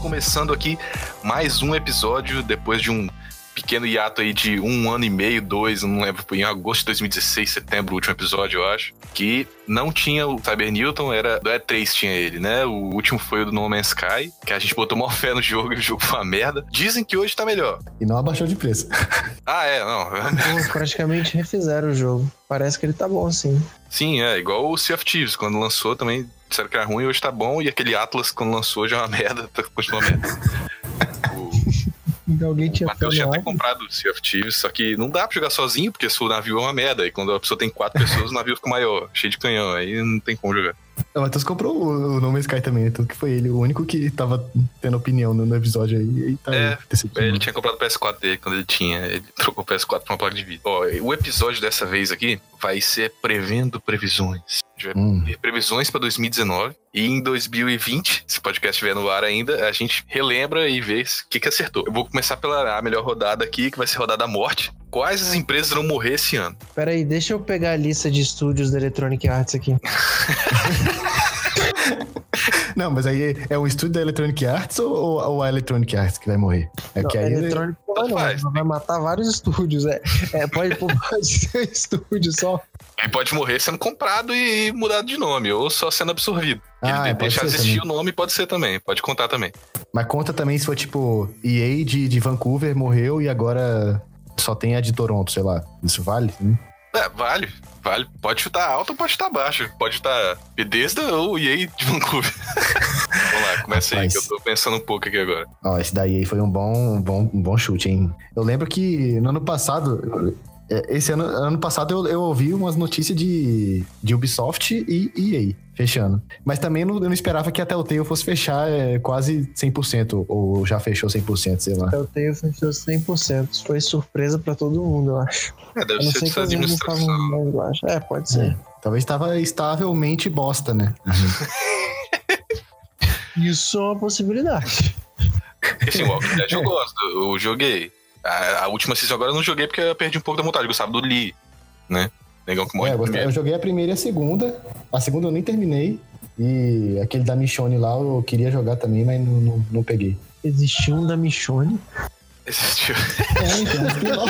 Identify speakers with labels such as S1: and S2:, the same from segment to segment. S1: começando aqui mais um episódio depois de um pequeno hiato aí de um ano e meio, dois, não lembro, foi em agosto de 2016, setembro, o último episódio, eu acho, que não tinha o Cyber Newton, era do E3 tinha ele, né? O último foi o do No Man's Sky, que a gente botou mó fé no jogo e o jogo foi uma merda. Dizem que hoje tá melhor.
S2: E não abaixou de preço.
S1: Ah, é, não.
S3: Pô, praticamente refizeram o jogo. Parece que ele tá bom, sim.
S1: Sim, é, igual o Sea of Thieves, quando lançou também disseram que era ruim, hoje tá bom, e aquele Atlas quando lançou já é uma merda, tá- continua uma merda.
S3: Alguém
S1: O
S3: tinha
S1: Matheus tinha até
S3: filmado.
S1: comprado o Sea of Thieves, só que não dá pra jogar sozinho, porque se o navio é uma merda. E quando a pessoa tem quatro pessoas, o navio fica maior, cheio de canhão. Aí não tem como jogar.
S2: O Matheus comprou o, o No Man's Sky também, né? Tanto que foi ele o único que tava tendo opinião no, no episódio aí. E tá
S1: É,
S2: aí, decepcionado.
S1: Ele tinha comprado o PS4 dele quando ele tinha. Ele trocou o PS4 pra uma placa de vídeo. Ó, o episódio dessa vez aqui vai ser prevendo previsões. A gente vai
S2: Hum.
S1: E previsões para 2019 e em 2020, se o podcast estiver no ar ainda, a gente relembra e vê o que, que acertou. Eu vou começar pela a melhor rodada aqui, que vai ser a rodada morte. Quais as empresas vão morrer esse ano?
S3: Pera aí, deixa eu pegar a lista de estúdios da Electronic Arts aqui.
S2: Não, mas aí é um estúdio da Electronic Arts ou, ou- ou a Electronic Arts que vai morrer? É
S3: Não,
S2: porque aí
S3: Electronic porra,
S1: Tanto
S3: não, né?
S1: faz.
S3: vai matar vários estúdios. É, É, pode, pode ser um estúdio só.
S1: Ele pode morrer sendo comprado e mudado de nome, ou só sendo absorvido.
S2: Ah,
S1: ele
S2: é, pode
S1: deixar
S2: ser
S1: existir o nome pode ser também, pode contar também.
S2: Mas conta também se for tipo EA de, de Vancouver morreu e agora só tem a de Toronto, sei lá. Isso vale? Né?
S1: É, vale, vale. Pode chutar alto ou pode chutar baixo. Pode chutar Bethesda ou EA de Vancouver. Vamos lá, começa aí,
S2: Rapaz.
S1: que eu tô pensando um pouco aqui agora.
S2: Ó, esse daí aí foi um bom, um bom, um bom chute, hein? Eu lembro que no ano passado. é, Esse ano, ano passado eu, eu ouvi umas notícias de, de Ubisoft e EA fechando. Mas também eu não, eu não esperava que a Telltale fosse fechar é, quase 100%, ou já fechou 100%, sei lá.
S3: Eu tenho fechou 100%. Foi surpresa pra todo mundo, eu acho.
S1: É, deve
S3: Eu não
S1: ser
S3: sei
S1: dessa
S3: quantos eles
S1: administração.
S3: estavam mais baixo. É, pode ser.
S2: Talvez estava estavelmente bosta, né?
S3: Isso é uma possibilidade.
S1: Esse Walking Dead
S2: É.
S1: eu gosto, eu joguei. A, a última season agora eu não joguei porque eu perdi um pouco da vontade. Eu gostava do Lee, né? Negão que morre.
S2: É, eu, gostei-
S1: primeiro.
S2: eu joguei a primeira e a segunda. A segunda eu nem terminei. E aquele da Michonne lá eu queria jogar também, mas não, não, não peguei.
S3: Existiu um da Michonne.
S1: Existiu.
S2: É, então, eu fiquei lá.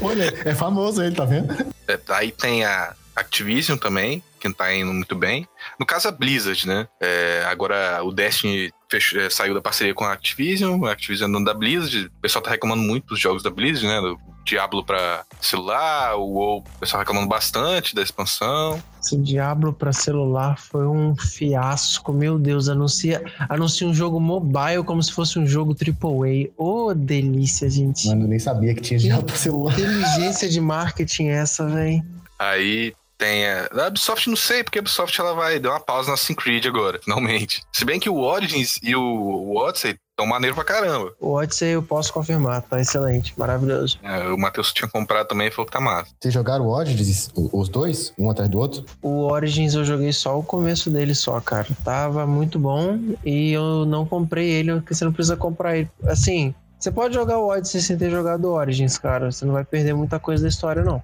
S2: Olha, é famoso ele, tá vendo?
S1: É, aí tem a Activision também, que não tá indo muito bem. No caso, a Blizzard, né? É, agora o Destiny fechou- é, saiu da parceria com a Activision, a Activision é dona da Blizzard. O pessoal tá reclamando muito dos jogos da Blizzard, né? Do Diablo pra celular, o WoW, o pessoal reclamando bastante da expansão.
S3: Esse Diablo pra celular foi um fiasco. Meu Deus, anuncia, anuncia um jogo mobile como se fosse um jogo AAA. Ô, delícia, gente.
S2: Mano, eu nem sabia que tinha diabo pra celular.
S3: Inteligência de marketing é essa, velho.
S1: Aí tem a... a Ubisoft, não sei, porque a Ubisoft ela vai dar uma pausa na Assassin's Creed agora, finalmente. Se bem que o Origins e o, o Odyssey estão maneiro pra caramba.
S3: O Odyssey eu posso confirmar, tá excelente, maravilhoso.
S1: É, o Matheus tinha comprado também e falou que tá massa.
S2: Vocês jogaram o Odds, os dois, um atrás do outro?
S3: O Origins eu joguei só o começo dele só, cara. Tava muito bom e eu não comprei ele, porque você não precisa comprar ele. Assim, você pode jogar o Odyssey sem ter jogado o Origins, cara. Você não vai perder muita coisa da história, não.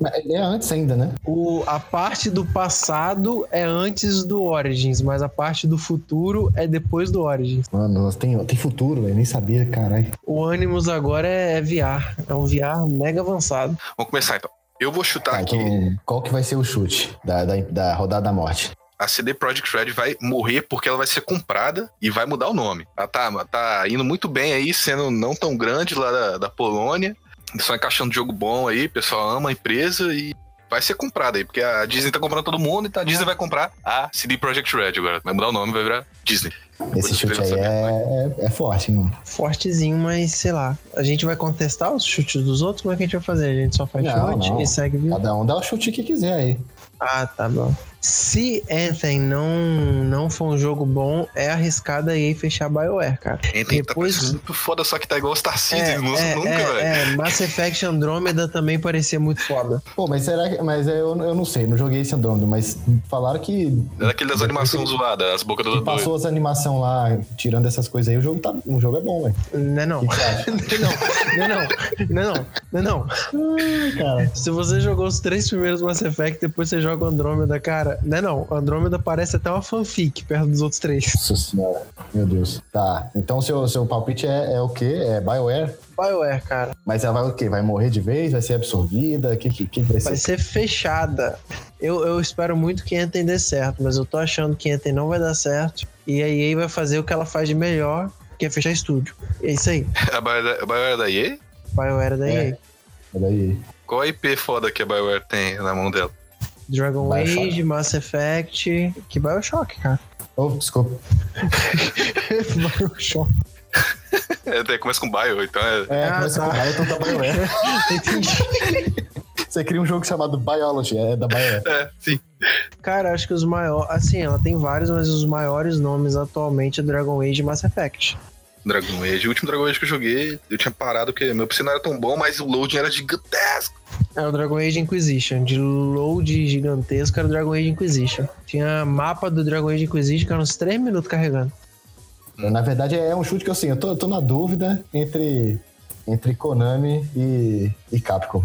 S2: Mas É antes ainda, né?
S3: O, a parte do passado é antes do Origins, mas a parte do futuro é depois do Origins.
S2: Mano, nós tem, tem futuro, velho. Nem sabia, caralho.
S3: O Animus agora é, é VR, é um VR mega avançado.
S1: Vamos começar então. Eu vou chutar
S2: Tá,
S1: aqui.
S2: então, qual que vai ser o chute da, da, da rodada da morte?
S1: A CD Projekt Red vai morrer porque ela vai ser comprada e vai mudar o nome. Ela tá, tá indo muito bem aí, sendo não tão grande lá da, da Polônia. Só encaixando jogo bom aí, o pessoal ama a empresa e vai ser comprada aí, porque a Disney tá comprando todo mundo, então a Disney vai comprar a CD Projekt Red agora. Vai mudar o nome, vai virar Disney.
S2: Esse chute aí é, é, é forte, mano.
S3: Fortezinho, mas sei lá. A gente vai contestar os chutes dos outros? Como é que a gente vai fazer? A gente só faz
S2: Não,
S3: chute
S2: não.
S3: e segue viu?
S2: Cada um dá o chute que quiser aí.
S3: Ah, tá bom. Se Anthem não, não for um jogo bom, é arriscada aí fechar a BioWare, cara.
S1: Entende? Tá
S3: Depois-
S1: parecendo muito foda, só que tá igual Star Citizen, não lança nunca, velho.
S3: é, é, Mass Effect Andromeda também parecia muito foda.
S2: Pô, mas será que. Mas eu, eu não sei, não joguei esse Andrômeda, mas falaram que.
S1: É daquele das animações
S2: que,
S1: zoadas, as bocas do
S2: que
S1: doido.
S2: passou as animações inovação lá, tirando essas coisas aí, o jogo, tá, o jogo é bom, velho.
S3: Não é não.
S2: O que que você acha?
S3: Não é não. Não é não. Não é não.
S2: Ai, cara.
S3: Se você jogou os três primeiros Mass Effect, depois você joga o Andrômeda, cara. Não é não. Andrômeda parece até uma fanfic perto dos outros três.
S2: Nossa senhora. Meu Deus. Tá. Então seu, seu palpite é, é o quê? É Bioware?
S3: BioWare, cara.
S2: Mas ela vai o quê? Vai morrer de vez? Vai ser absorvida? O que, que, que vai ser?
S3: Vai ser fechada. Eu, eu espero muito que Anthem dê certo, mas eu tô achando que Anthem não vai dar certo. E a EA vai fazer o que ela faz de melhor, que é fechar estúdio. É isso aí.
S1: A Bioware a Bioware da EA?
S3: BioWare da
S2: É.
S3: EA.
S2: Olha aí.
S1: Qual IP foda que a Bioware tem na mão dela?
S3: Dragon
S2: Bioshock.
S3: Age, Mass Effect. Que Bioshock, cara.
S2: Oh, desculpa.
S3: Bioshock.
S1: É, até começa com Bio, então é.
S2: É,
S3: Ah,
S2: começa
S3: tá.
S2: com Bio, então tá Bioware.
S3: Entendi.
S2: Você cria um jogo chamado Biology, é da Bioware.
S1: É, sim.
S3: Cara, acho que os maiores. Assim, ela tem vários, mas os maiores nomes atualmente é Dragon Age e Mass Effect.
S1: Dragon Age. O último Dragon Age que eu joguei, eu tinha parado porque meu PC não era tão bom, mas o loading era gigantesco.
S3: É o Dragon Age Inquisition. De load gigantesco era o Dragon Age Inquisition. Tinha mapa do Dragon Age Inquisition que era uns 3 minutos carregando.
S2: Na verdade, é um chute que assim, eu tô, eu tô na dúvida entre, entre Konami e, e Capcom.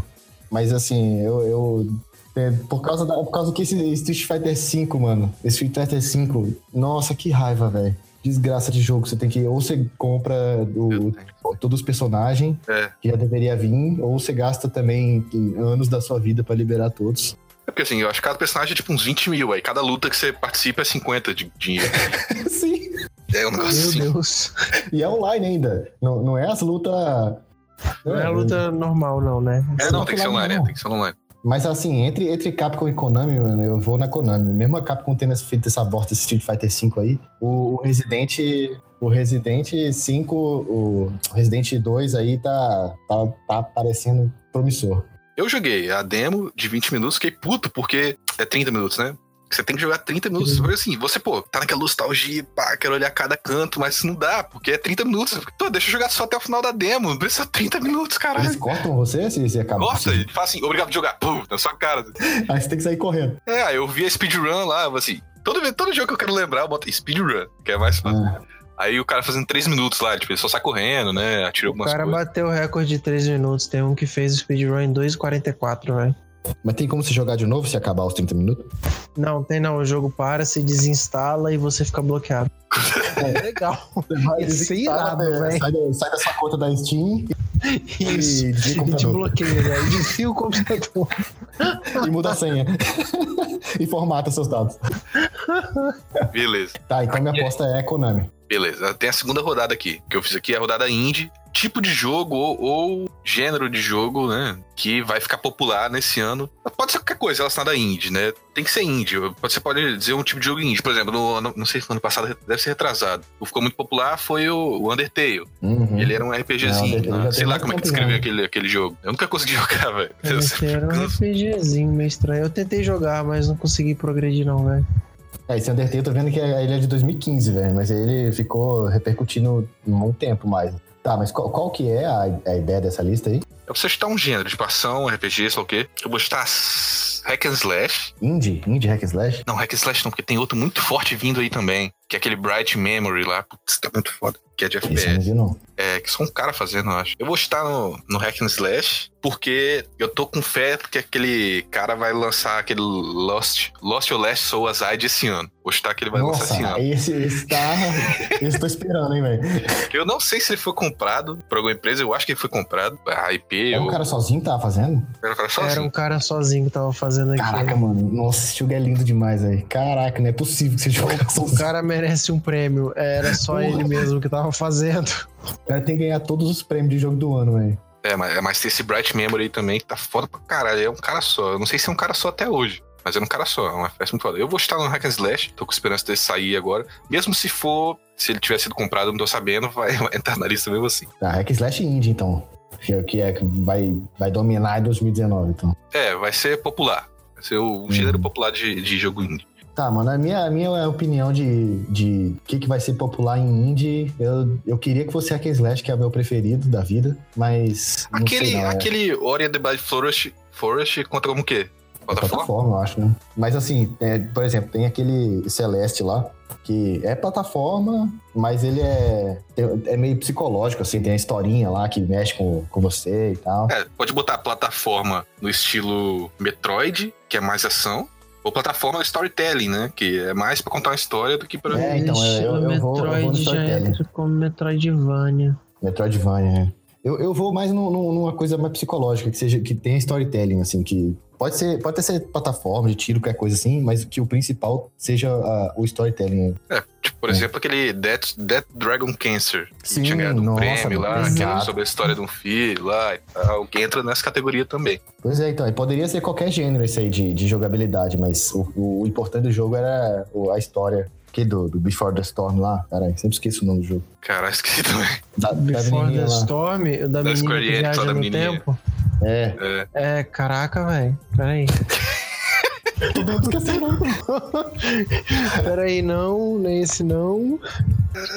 S2: Mas assim, eu. eu- é, por, causa da, por causa que esse Street Fighter V, mano. Esse Street Fighter V, nossa, que raiva, velho. Desgraça de jogo. Você tem que. Ou você compra do, todos os personagens
S1: É.
S2: que já deveria vir, ou você gasta também anos da sua vida pra liberar todos.
S1: É porque assim, eu acho que cada personagem é tipo uns 20 mil, aí cada luta que você participa é 50 de dinheiro.
S2: Sim.
S1: É um negócio
S3: Meu
S1: assim.
S3: Deus.
S2: E é online ainda. Não, não é as lutas.
S3: Não é luta normal, não, né?
S1: É, não, tem que ser online, é, tem que ser online.
S2: Mas assim, entre, entre Capcom e Konami, mano, eu vou na Konami. Mesmo a Capcom tendo essa- feito essa aborta esse Street Fighter V aí, o, o Resident. O Resident 5, o Resident 2 aí tá, tá, tá parecendo promissor.
S1: Eu joguei a demo de 20 minutos, fiquei puto, porque é 30 minutos, né? Você tem que jogar 30 minutos. Porque assim, você, pô, tá naquela nostalgia, pá, quero olhar cada canto, mas não dá, porque é 30 minutos. Pô, deixa eu jogar só até o final da demo. Não precisa 30 minutos,
S2: Eles
S1: caralho.
S2: cortam você se você
S3: Tá
S2: acaba.
S1: Gosta, e fala assim, obrigado por jogar. Pum, na sua cara.
S2: Aí você tem que sair correndo.
S1: É, aí eu vi a speedrun lá, eu falei assim, todo, todo jogo que eu quero lembrar, eu boto speedrun, que é mais fácil.
S2: Ah,
S1: Aí o cara fazendo 3 minutos lá, tipo, ele só sai correndo, né? Atira
S3: O
S1: algumas
S3: cara
S1: coisas.
S3: bateu o recorde de 3 minutos. Tem um que fez o speedrun em 2,44, velho.
S2: Mas tem como se jogar de novo se acabar os 30 minutos?
S3: Não, tem não. O jogo para, se desinstala e você fica bloqueado. É legal.
S2: Vai né?
S3: Isso é
S2: desinstalar,
S3: irado,
S2: velho.
S3: velho.
S2: sai, da- sai da sua conta da Steam
S3: Isso.
S2: e, desliga o
S3: E te
S2: computador.
S3: bloqueia, velho. Desfia o computador.
S2: e muda a senha. e formata seus dados.
S1: Beleza,
S2: Tá, então minha aposta é Konami.
S1: beleza. Tem a segunda rodada aqui, que eu fiz aqui, a rodada indie. Tipo de jogo ou, ou gênero de jogo, né? Que vai ficar popular nesse ano. Pode ser qualquer coisa relacionada a indie, né? Tem que ser indie. Você pode dizer um tipo de jogo indie. Por exemplo, no, ano- não sei se no ano passado deve ser retrasado. O que ficou muito popular foi o o Undertale.
S2: Uhum.
S1: Ele era um RPGzinho.
S2: Não,
S1: né?
S2: já
S1: Sei lá
S2: tem É, muito
S1: como é que
S2: tempo
S1: descreveu
S2: já.
S1: aquele, aquele jogo. Eu nunca consegui jogar, velho. Eu
S3: Esse
S1: sempre
S3: era um
S1: canso.
S3: RPGzinho meio estranho. Eu tentei jogar, mas não consegui progredir, não, velho.
S2: É, esse Undertale eu tô vendo que é- ele é de 2015, velho. Mas ele ficou repercutindo um bom tempo mais. Tá, mas qual, qual que é a, a ideia dessa lista aí?
S1: Eu preciso chutar um gênero de ação, RPG, sei lá o quê. Eu vou chutar s- hack and slash.
S2: Indie? Indie Hack and Slash?
S1: Não, hack and slash não, porque tem outro muito forte vindo aí também. Que é aquele Bright Memory lá. Putz, tá muito foda. Que é de
S2: Isso eu não
S1: FPS.
S2: vi, não.
S1: É, que só um cara fazendo, eu acho. Eu vou chutar no, no hack and slash, porque eu tô com fé que aquele cara vai lançar aquele Lost, Lost or Last Soul Aside esse ano. Vou chutar que ele vai lançar esse ano.
S2: Nossa, esse, esse tá. esse tô esperando, hein, velho.
S1: Eu não sei se ele foi comprado por alguma empresa, eu acho que ele foi comprado. A IP,
S2: É um
S1: ou
S2: cara sozinho que tava fazendo?
S1: era um cara
S3: Era
S1: sozinho.
S3: um cara sozinho que tava fazendo
S2: Caraca,
S3: aquilo.
S2: mano. Nossa, esse jogo é lindo demais, velho. Caraca, não é possível que você jogue
S3: O
S2: sozinho.
S3: cara merece um prêmio. Era só
S2: Porra.
S3: ele mesmo que tava fazendo.
S2: O cara tem que ganhar todos os prêmios de jogo do ano, velho.
S1: É, mas, mas tem esse Bright Memory aí também, que tá foda pra caralho. É um cara só. Eu não sei se é um cara só até hoje. Mas é um cara só, é uma festa muito foda. Eu vou estar no Hack and Slash, tô com esperança dele sair agora. Mesmo se for, se ele tiver sido comprado, eu não tô sabendo, vai, vai entrar na lista mesmo assim.
S2: Tá, Hack and Slash Indie, então. Que é o que é que vai, vai dominar em 2019, então.
S1: É, vai ser popular. Vai ser o
S2: Uhum.
S1: gênero popular de, de jogo indie.
S2: Tá, mano, a minha, a minha opinião de o de que, que vai ser popular em indie, eu, eu queria que fosse Hack and Slash, que é o meu preferido da vida, mas. não sei
S1: Aquele,
S2: não, é.
S1: aquele Ori and the Blind Forest, Forest conta como o quê? plataforma?
S2: plataforma, eu acho, né? Mas assim, é, por exemplo, tem aquele Celeste lá, que é plataforma, mas ele é, é meio psicológico, assim, tem a historinha lá que mexe com, com você e tal.
S1: É, pode botar plataforma no estilo Metroid, que é mais ação, ou plataforma storytelling, né? Que é mais pra contar uma história do que pra.
S2: É, então, eu- eu- eu vou- eu vou no
S3: Metroid já
S2: Storytelling.
S3: entra como Metroidvania.
S2: Metroidvania, né? Eu, eu vou mais num- num- numa coisa mais psicológica, que seja que tenha storytelling, assim, que pode ser, pode até ser plataforma de tiro, qualquer coisa assim, mas que o principal seja a- o storytelling.
S1: É, tipo, por
S2: É.
S1: exemplo, aquele Death, Death Dragon Cancer, que
S2: Sim,
S1: tinha ganhado um
S2: nossa,
S1: prêmio lá,
S2: exato.
S1: que era sobre a história de um filho lá e tal, que entra nessa categoria também.
S2: Pois é, então, e poderia ser qualquer gênero isso aí de, de jogabilidade, mas o, o importante do jogo era o- a história que do, do Before the Storm lá. Caralho, sempre esqueço o nome do jogo.
S1: Caralho, esqueci também.
S2: Da, da
S3: Before
S2: menininha
S3: the
S2: Tá lá.
S3: Storm, o da,
S1: Da
S3: menina
S1: Square
S3: que
S1: Enix, lá
S3: viaja
S1: da
S3: no
S1: menininha.
S3: tempo.
S2: É.
S1: É,
S3: É, caraca, velho. Peraí.
S2: Todo mundo esqueceu o nome.
S3: Peraí, não, nem esse não.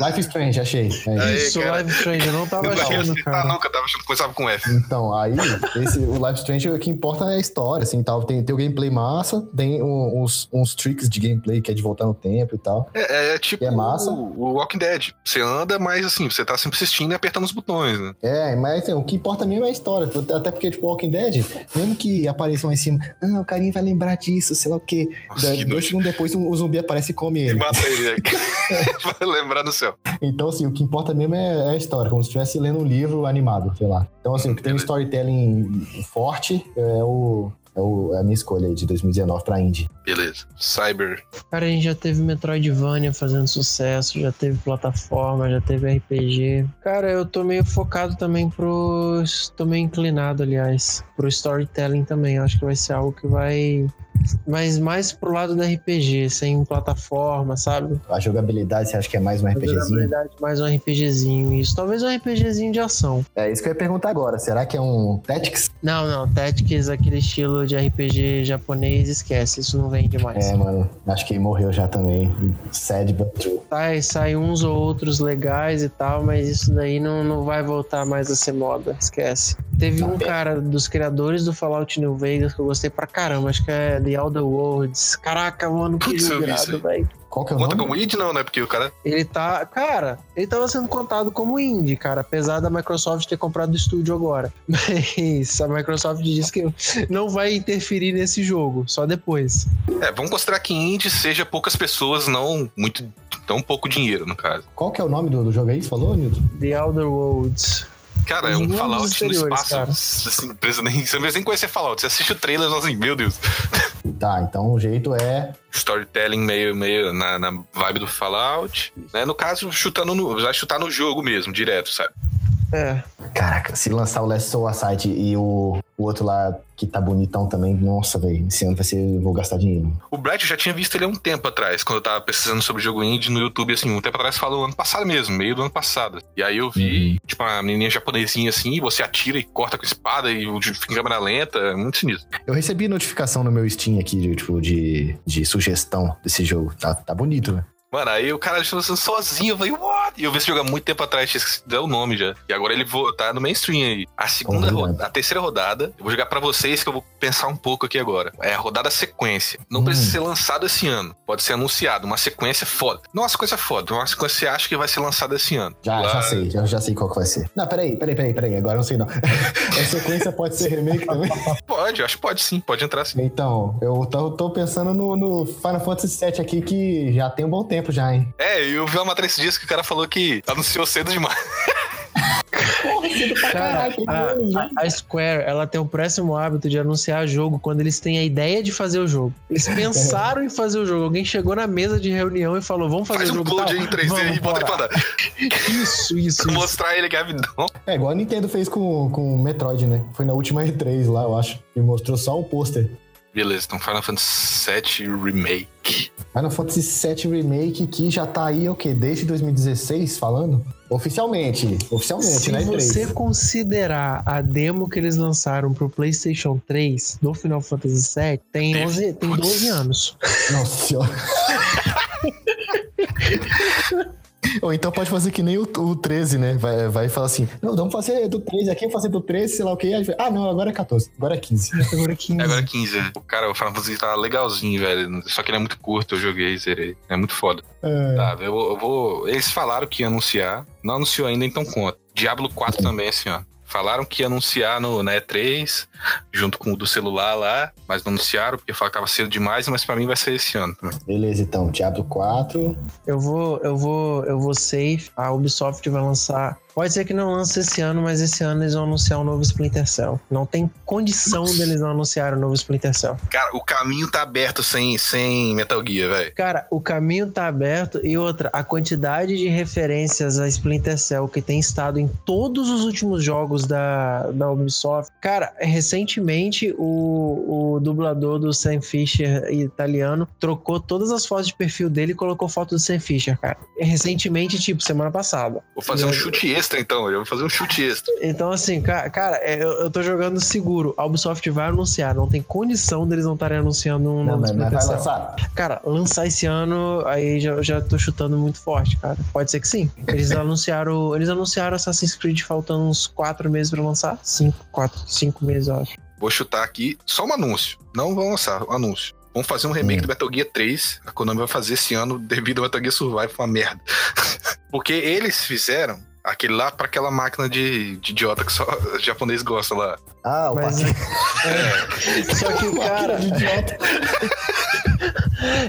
S2: Life is Strange, achei. É.
S1: Aí,
S3: Isso,
S1: cara.
S3: Live Strange, eu não tava
S1: não tá ia
S3: achando,
S1: citar
S3: cara.
S1: não, que eu tava achando que começava com F.
S2: Então, aí, esse, o Life is Strange, o que importa é a história, assim, tal. Tem, tem o gameplay massa, tem o- uns, uns tricks de gameplay, que é de voltar no tempo e tal.
S1: É, é tipo
S2: E é massa.
S1: O, o Walking Dead. Você anda, mas assim, você tá sempre assistindo e apertando os botões, né?
S2: É, mas assim, o que importa mesmo é a história. Até porque, tipo, Walking Dead, mesmo que apareçam lá em cima, ah, o carinha vai lembrar disso, sei lá o quê.
S1: Nossa,
S2: Da-
S1: que
S2: dois
S1: nojo.
S2: segundos depois, um- o zumbi aparece e come
S1: E
S2: ele.
S1: mata ele. né? Vai lembrar do céu.
S2: Então, assim, o que importa mesmo é é a história, como se estivesse lendo um livro animado, sei lá. Então, assim, o que tem um storytelling forte é o. É, o- é a minha escolha aí de 2019 pra Indie.
S1: Beleza. Cyber.
S3: Cara, a gente já teve Metroidvania fazendo sucesso, já teve plataforma, já teve RPG. Cara, eu tô meio focado também pro. Tô meio inclinado, aliás, pro storytelling também. Eu acho que vai ser algo que vai. Mas mais pro lado da RPG, sem plataforma, sabe?
S2: A jogabilidade, você acha que é mais um RPGzinho?
S3: Mais um RPGzinho, isso. Talvez um RPGzinho de ação.
S2: É isso que eu ia perguntar agora. Será que é um Tactics?
S3: Não, não, Tactics, aquele estilo de RPG japonês, esquece, isso não vende mais.
S2: É, mano. Acho que morreu já também. Sad but true.
S3: Sai, sai uns ou outros legais e tal, mas isso daí não, não vai voltar mais a ser moda, esquece. Teve
S2: Tá
S3: um
S2: bem.
S3: cara dos criadores do Fallout New Vegas que eu gostei pra caramba, acho que é The Elder Worlds. Caraca, mano, que
S1: Putz, eu vi
S3: jogo
S1: isso aí.
S3: irado, velho.
S2: Qual que é o
S1: Conta
S2: nome?
S1: como id, não, né? Porque o cara.
S3: Ele tá. Cara, ele tava sendo contado como indie, cara. Apesar da Microsoft ter comprado o estúdio agora. Mas a Microsoft disse que não vai interferir nesse jogo, só depois.
S1: É, vamos considerar que indie seja poucas pessoas, não muito. Tão pouco dinheiro, no caso.
S2: Qual que é o nome do, do jogo aí? Você falou, Nilton?
S3: The Elder Worlds.
S1: Cara,
S3: Os
S1: é um
S3: mundos
S1: Fallout no
S3: exteriores,
S1: espaço.
S3: cara.
S1: Essa empresa nem, você nem conhece Fallout. Você assiste o trailer e fala assim, meu Deus.
S2: Tá, então o jeito é.
S1: Storytelling meio, meio na, na vibe do Fallout. Né? No caso, chutando no. Vai chutar no jogo mesmo, direto, sabe?
S3: É.
S2: Caraca, se lançar o Last Soul Aside e o, o outro lá que tá bonitão também, nossa, velho. Esse ano vai ser. eu Vou gastar dinheiro.
S1: O Bright eu já tinha visto ele há um tempo atrás, quando eu tava pesquisando sobre jogo indie no YouTube, assim, um tempo atrás falou ano passado mesmo, meio do ano passado. E aí eu vi, tipo, uma menininha japonesinha assim, e você atira e corta com espada e o jogo fica em câmera lenta, é muito sinistro.
S2: Eu recebi notificação no meu Steam aqui, de, tipo, de, de sugestão desse jogo. Tá, tá bonito, né?
S1: Mano, aí o cara deixou assim sozinho, eu falei, what? E eu vi esse jogo há muito tempo atrás, tinha esquecido o nome já. E agora ele vo- tá no mainstream aí. A segunda
S2: Vamos
S1: rodada, a terceira rodada, eu vou jogar pra vocês que eu vou pensar um pouco aqui agora. É a rodada sequência. Não
S2: Hum.
S1: precisa ser lançado esse ano, pode ser anunciado, uma sequência foda. Não uma sequência foda, uma sequência que você acha que vai ser lançada esse ano.
S2: Já,
S1: Lá-
S2: já sei, já, já sei qual que vai ser. Não, peraí, peraí, peraí, peraí. Agora eu não sei não. a sequência pode ser remake também?
S1: Pode, eu acho que pode sim, pode entrar sim.
S2: Então, eu tô, tô pensando no, no Final Fantasy VII aqui, que já tem um bom tempo já, hein?
S1: É, eu vi uma matéria esses dias que o cara falou que anunciou cedo demais.
S2: Porra, cedo pra
S3: Cara,
S2: caralho. né?
S3: a, a- a Square, ela tem o péssimo hábito de anunciar jogo quando eles têm a ideia de fazer o jogo. Eles pensaram em fazer o jogo. Alguém chegou na mesa de reunião e falou: vamos fazer
S1: Faz
S3: o
S1: um
S3: jogo.
S1: upload
S3: tal?
S1: aí em 3D
S3: Vamos,
S1: e bota ele pra dar.
S3: bora."
S1: Pra
S3: Isso, isso, isso.
S1: mostrar ele que é rapidão.
S2: É igual a Nintendo fez com com o Metroid, né? Foi na última E3 lá, eu acho. E mostrou só o pôster.
S1: Beleza, então Final Fantasy VII Remake.
S2: Final Fantasy VII Remake, que já tá aí, o quê? Desde 2016, falando? Oficialmente. Oficialmente,
S3: Se
S2: né? E3.
S3: você considerar a demo que eles lançaram pro PlayStation 3 do Final Fantasy VII, tem,
S1: Teve.
S3: 11, tem
S1: Putz.
S3: 12 anos.
S2: Nossa senhora. Ou então pode fazer que nem o, o 13, né? Vai, vai falar assim: não, vamos fazer do 13 aqui, vamos fazer do 13, sei lá o que. Ah, não, agora é 14, agora é 15.
S3: Agora é 15.
S1: Agora 15. é. O cara, o Final Fantasy tá legalzinho, velho. Só que ele é muito curto, eu joguei, zerei. É muito foda.
S2: É.
S1: Tá, eu, eu vou. Eles falaram que ia anunciar, não anunciou ainda, então conta. Diablo 4 também, assim, ó. Falaram que ia anunciar no, na E3, junto com o do celular lá, mas não anunciaram, porque falaram que tava cedo demais, mas pra mim vai ser esse ano também.
S2: Beleza, então, Diablo 4.
S3: Eu vou, eu vou, eu vou safe. A Ubisoft vai lançar. Pode ser que não lance esse ano, mas esse ano eles vão anunciar um novo Splinter Cell. Não tem condição deles não anunciarem o novo Splinter Cell.
S1: Cara, o caminho tá aberto sem, sem Metal Gear, velho.
S3: Cara, o caminho tá aberto e outra, a quantidade de referências a Splinter Cell que tem estado em todos os últimos jogos da, da Ubisoft. Cara, recentemente o, o dublador do Sam Fisher italiano trocou todas as fotos de perfil dele e colocou foto do Sam Fisher, cara. Recentemente, tipo, semana passada.
S1: Vou fazer um chute extra, então. Eu vou fazer um chute extra.
S3: Então, assim, ca- cara, é, eu, eu tô jogando seguro. A Ubisoft vai anunciar. Não tem condição deles não estarem anunciando um
S2: Não,
S3: novo
S2: mas mas
S3: Splinter
S2: vai
S3: Cell.
S2: lançar.
S3: Cara, lançar esse ano, aí já, já tô chutando muito forte, cara. Pode ser que sim. Eles anunciaram, eles anunciaram Assassin's Creed faltando uns 4 meses pra lançar. 5, 4, 5 meses, eu acho.
S1: Vou chutar aqui só um anúncio. Não vão lançar um anúncio. Vamos fazer um remake
S2: Hum.
S1: do Metal Gear 3. A Konami vai fazer esse ano devido ao Metal Gear Survive, foi uma merda. Porque eles fizeram aquele lá pra aquela máquina de, de idiota que só japonês gosta lá.
S2: Ah, o
S3: Mas- é,
S2: Paquinho.
S3: Só que, cara,
S2: de idiota.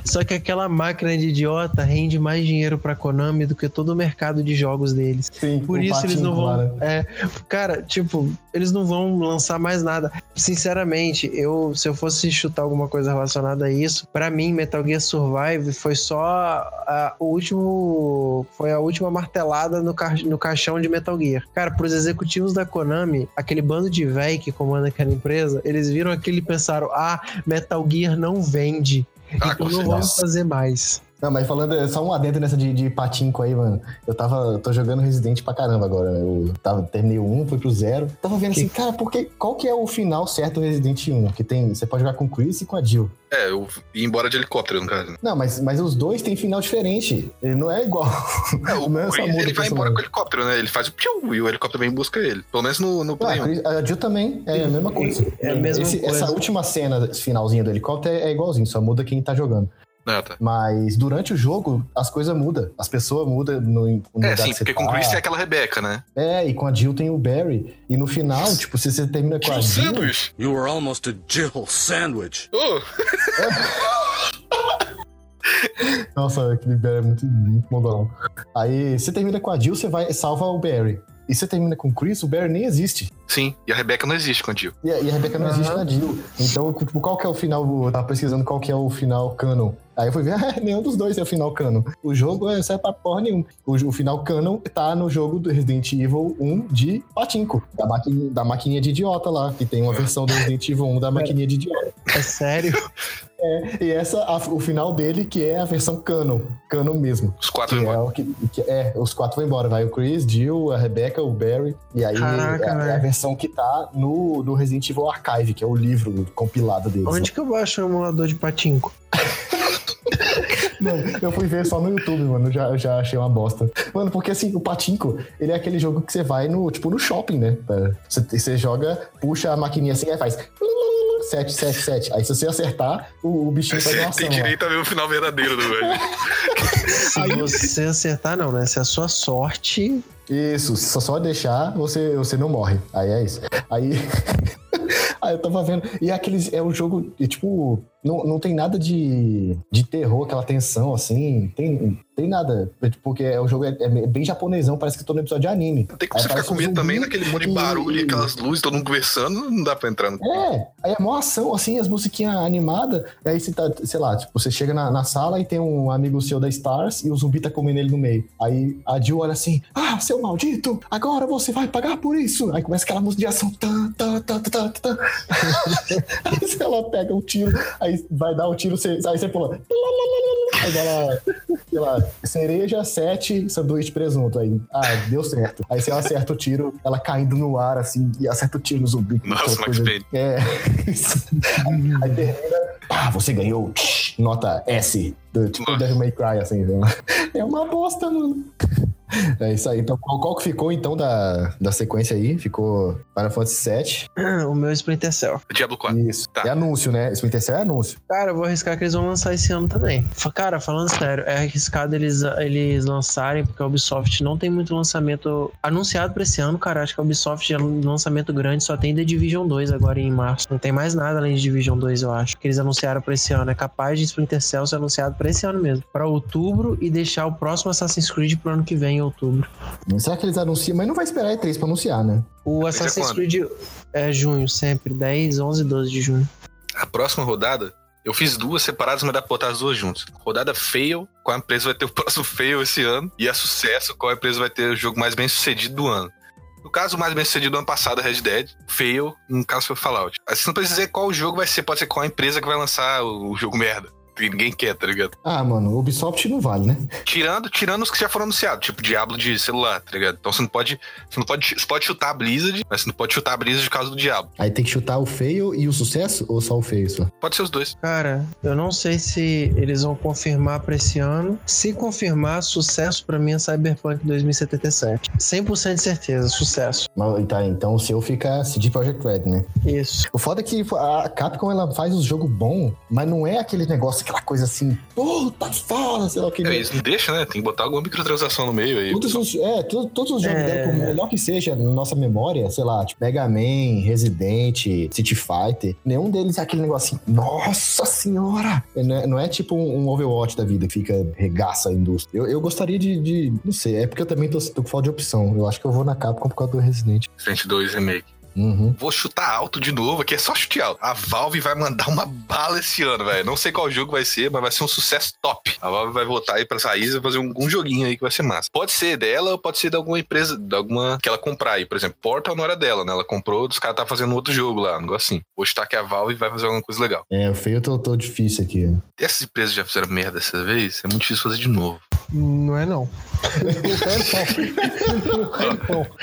S3: só que aquela máquina de idiota rende mais dinheiro pra Konami do que todo o mercado de jogos deles.
S2: Sim,
S3: Por
S2: o
S3: isso eles
S2: Patinho,
S3: não
S2: claro.
S3: vão. É, cara, tipo, eles não vão lançar mais nada. Sinceramente, eu se eu fosse chutar alguma coisa relacionada a isso, pra mim Metal Gear Survive foi só a, o último foi a última martelada no, ca, no caixão de Metal Gear. Cara, pros executivos da Konami, aquele bando de véi que comanda aquela empresa, eles viram aquilo e pensaram: "Ah, Metal Gear não vende,
S1: Ah,
S3: então
S1: com
S3: não
S1: certeza.
S3: vamos fazer mais".
S2: Não, mas falando só um adendo nessa de, de patinco aí, mano. Eu tava. Eu tô jogando Resident pra caramba agora. né? Eu tava, terminei o 1, fui pro 0. Tava vendo assim, cara, porque, qual que é o final certo do Resident 1? Que tem. Você pode jogar com o Chris e com a Jill.
S1: É, eu ia embora de helicóptero, no caso.
S2: Não, mas, mas os dois têm final diferente. Ele não é igual.
S1: É, o
S2: Não é só
S1: Chris,
S2: muda
S1: ele
S2: o
S1: vai embora
S2: personagem.
S1: com o helicóptero, né? Ele faz o piu e o helicóptero vem e busca ele. Pelo menos no, no
S2: Ah,
S1: Play
S2: a
S1: 1.
S2: Chris- a Jill também. É a mesma coisa.
S3: É a mesma
S2: Esse-
S3: coisa.
S2: Essa última cena, esse finalzinho do helicóptero, é é igualzinho, só muda quem tá jogando.
S1: Ah, tá.
S2: Mas durante o jogo, as coisas mudam. As pessoas mudam no, no
S1: É,
S2: lugar
S1: sim,
S2: que você
S1: porque com o
S2: tá.
S1: Chris é aquela Rebeca, né?
S2: É, e com a Jill tem o Barry. E no final, tipo, se você termina com
S1: Tinha
S2: a
S1: um
S2: Jill.
S1: sanduíche.
S4: You were almost a Jill sandwich.
S1: Oh,
S2: Nossa, aquele Barry é muito, muito modão. Aí você termina com a Jill, você vai salva o Barry. E você termina com o Chris, o Barry nem existe.
S1: sim, e a Rebeca não existe com o Jill.
S2: E a, e a Rebecca não
S3: Aham.
S2: existe na Jill. Então, tipo, qual que é o final? Eu tava pesquisando qual que é o final canon. Aí eu fui ver, ah, nenhum dos dois é o final canon. O jogo é, serve pra porra nenhuma. O, jo- o final canon tá no jogo do Resident Evil 1 de Patinco. Da, maqui, da maquininha de idiota lá. Que tem uma versão do Resident Evil 1 da maquininha de idiota.
S3: É sério?
S2: E essa, a- o final dele, que é a versão canon. Canon mesmo.
S1: Os quatro
S2: Que
S1: vão
S2: é,
S1: embora.
S2: o que, que é, os quatro vão embora. Vai o Chris, Jill, a Rebecca, o Barry. E aí
S3: Caraca,
S2: é, a- é a
S3: velho.
S2: versão que tá no, no Resident Evil Archive, que é o livro compilado deles.
S3: Onde que eu baixo o emulador de patinco?
S2: Mano, eu fui ver só no YouTube, mano. Já, eu já achei uma bosta. Mano, porque assim, o Patinco, ele é aquele jogo que você vai no, tipo, no shopping, né? Tá? Você, você joga, puxa a maquininha assim, aí faz. 7, 7, 7. Aí se você acertar, o, o bichinho faz uma
S1: Você
S2: ação.
S1: tem
S2: lá.
S1: direito a ver o final verdadeiro do velho.
S3: Se
S2: Aí-
S3: você acertar, não, né? Se a sua sorte.
S2: Isso, se só, só deixar, você, você não morre. Aí é isso. Aí. aí eu tava vendo. E aqueles. É um jogo. e, tipo, não, não tem nada de, de terror, aquela tensão, assim. Tem, tem nada. Porque é, o jogo é, é bem japonesão, parece que eu tô no episódio de anime.
S1: Tem como
S2: Aí
S1: você ficar
S2: parece
S1: com
S2: um
S1: medo
S2: zumbi
S1: também naquele monte de
S2: e-
S1: barulho,
S2: e-
S1: e aquelas luzes, todo mundo conversando, não dá pra entrar no.
S2: É, aí é mó ação, assim, as musiquinhas animadas. Aí você tá, sei lá, tipo, você chega na, na sala e tem um amigo seu da Stars e o zumbi tá comendo ele no meio. Aí a Jill olha assim: Ah, seu maldito, agora você vai pagar por isso. Aí começa aquela música de ação. Tan, tan, tan, tan, tan. aí se ela pega um tiro, aí vai dar o tiro, você, aí você pula. Aí dá lá, sei lá, cereja, sete, sanduíche, presunto. Aí, ah, deu certo. Aí se ela acerta o tiro, ela caindo no ar, assim, e acerta o tiro no zumbi.
S1: Nossa,
S2: aquela É,
S1: Max
S2: coisa-
S1: Payne.
S2: É. Aí termina, pá, você ganhou. Tch, nota S, do, tipo
S1: Nossa.
S2: Devil May Cry, assim. né? É uma bosta, mano. É isso aí. Então, qual, qual que ficou, então, da, da sequência aí? Ficou Final Fantasy VII.
S3: O meu é Splinter Cell.
S1: Diablo 4.
S2: Isso.
S1: Tá.
S2: É anúncio, né? Splinter Cell é anúncio.
S3: Cara, eu vou arriscar que eles vão lançar esse ano também. Fa- Cara, falando sério, é arriscado eles, eles lançarem, porque a Ubisoft não tem muito lançamento anunciado pra esse ano, cara. Acho que a Ubisoft é um lançamento grande, só tem The Division 2 agora em março. Não tem mais nada além de Division 2, eu acho. Que eles anunciaram pra esse ano. É capaz de Splinter Cell ser anunciado pra esse ano mesmo. Pra outubro e deixar o próximo Assassin's Creed pro ano que vem, em outubro.
S2: Será que eles anunciam? Mas não vai esperar a E3 pra anunciar, né?
S3: O
S1: Esse é
S3: Assassin's
S1: quando?
S3: Creed é junho, sempre. 10, 11, 12 de junho.
S1: A próxima rodada, eu fiz duas separadas, mas dá pra botar as duas juntas. Rodada fail, qual empresa vai ter o próximo fail esse ano? E a sucesso, qual empresa vai ter o jogo mais bem sucedido do ano? No caso, o mais bem sucedido do ano passado, é Red Dead. Fail, no caso, foi Fallout. Assim, você não precisa dizer qual jogo vai ser, pode ser qual empresa que vai lançar o o jogo merda. Que ninguém quer, tá ligado?
S2: Ah, mano, o Ubisoft não vale, né?
S1: Tirando, tirando os que já foram anunciados, tipo Diablo de celular, tá ligado? Então você não pode. Você não pode. Você pode chutar a Blizzard, mas você não pode chutar a Blizzard por causa do Diablo.
S2: Aí tem que chutar o feio e o sucesso ou só o feio só?
S1: Pode ser os dois.
S3: Cara, eu não sei se eles vão confirmar pra esse ano. Se confirmar, sucesso pra mim é Cyberpunk 2077. 100% de certeza, sucesso.
S2: Mas, tá, então o seu fica CD Projekt Red, né?
S3: Isso.
S2: O foda é que a Capcom ela faz um jogo bom, mas não é aquele negócio, aquela coisa assim, puta foda, sei lá o que.
S1: É, eles não deixam, né? Tem que botar alguma microtransação no meio aí.
S2: Todos os, é, to- todos os jogos
S3: É.
S2: dela, por melhor que seja, na nossa memória, sei lá, tipo Mega Man, Resident, City Fighter, nenhum deles é aquele negócio assim, nossa senhora! É, Não é, não é tipo um um Overwatch da vida que fica regaça a indústria. Eu, eu gostaria de, de- Não sei, é porque eu também tô, tô com falta de opção. Eu acho que eu vou na Capcom por causa do Resident.
S1: Resident 2 Remake.
S2: Uhum.
S1: Vou chutar alto de novo, aqui é só chute alto. A Valve vai mandar uma bala esse ano, velho. Não sei qual jogo vai ser, mas vai ser um sucesso top. A Valve vai voltar aí pra raiz e vai fazer um, um joguinho aí que vai ser massa. Pode ser dela ou pode ser de alguma empresa, de alguma que ela comprar aí. Por exemplo, Portal não era dela, né? Ela comprou, os caras tá fazendo outro jogo lá, um negócio assim. Vou chutar que a Valve vai fazer alguma coisa legal.
S2: É, o feio eu tô, tô difícil aqui.
S1: Essas empresas já fizeram merda dessa vez, é muito difícil fazer de novo.
S3: Não é não.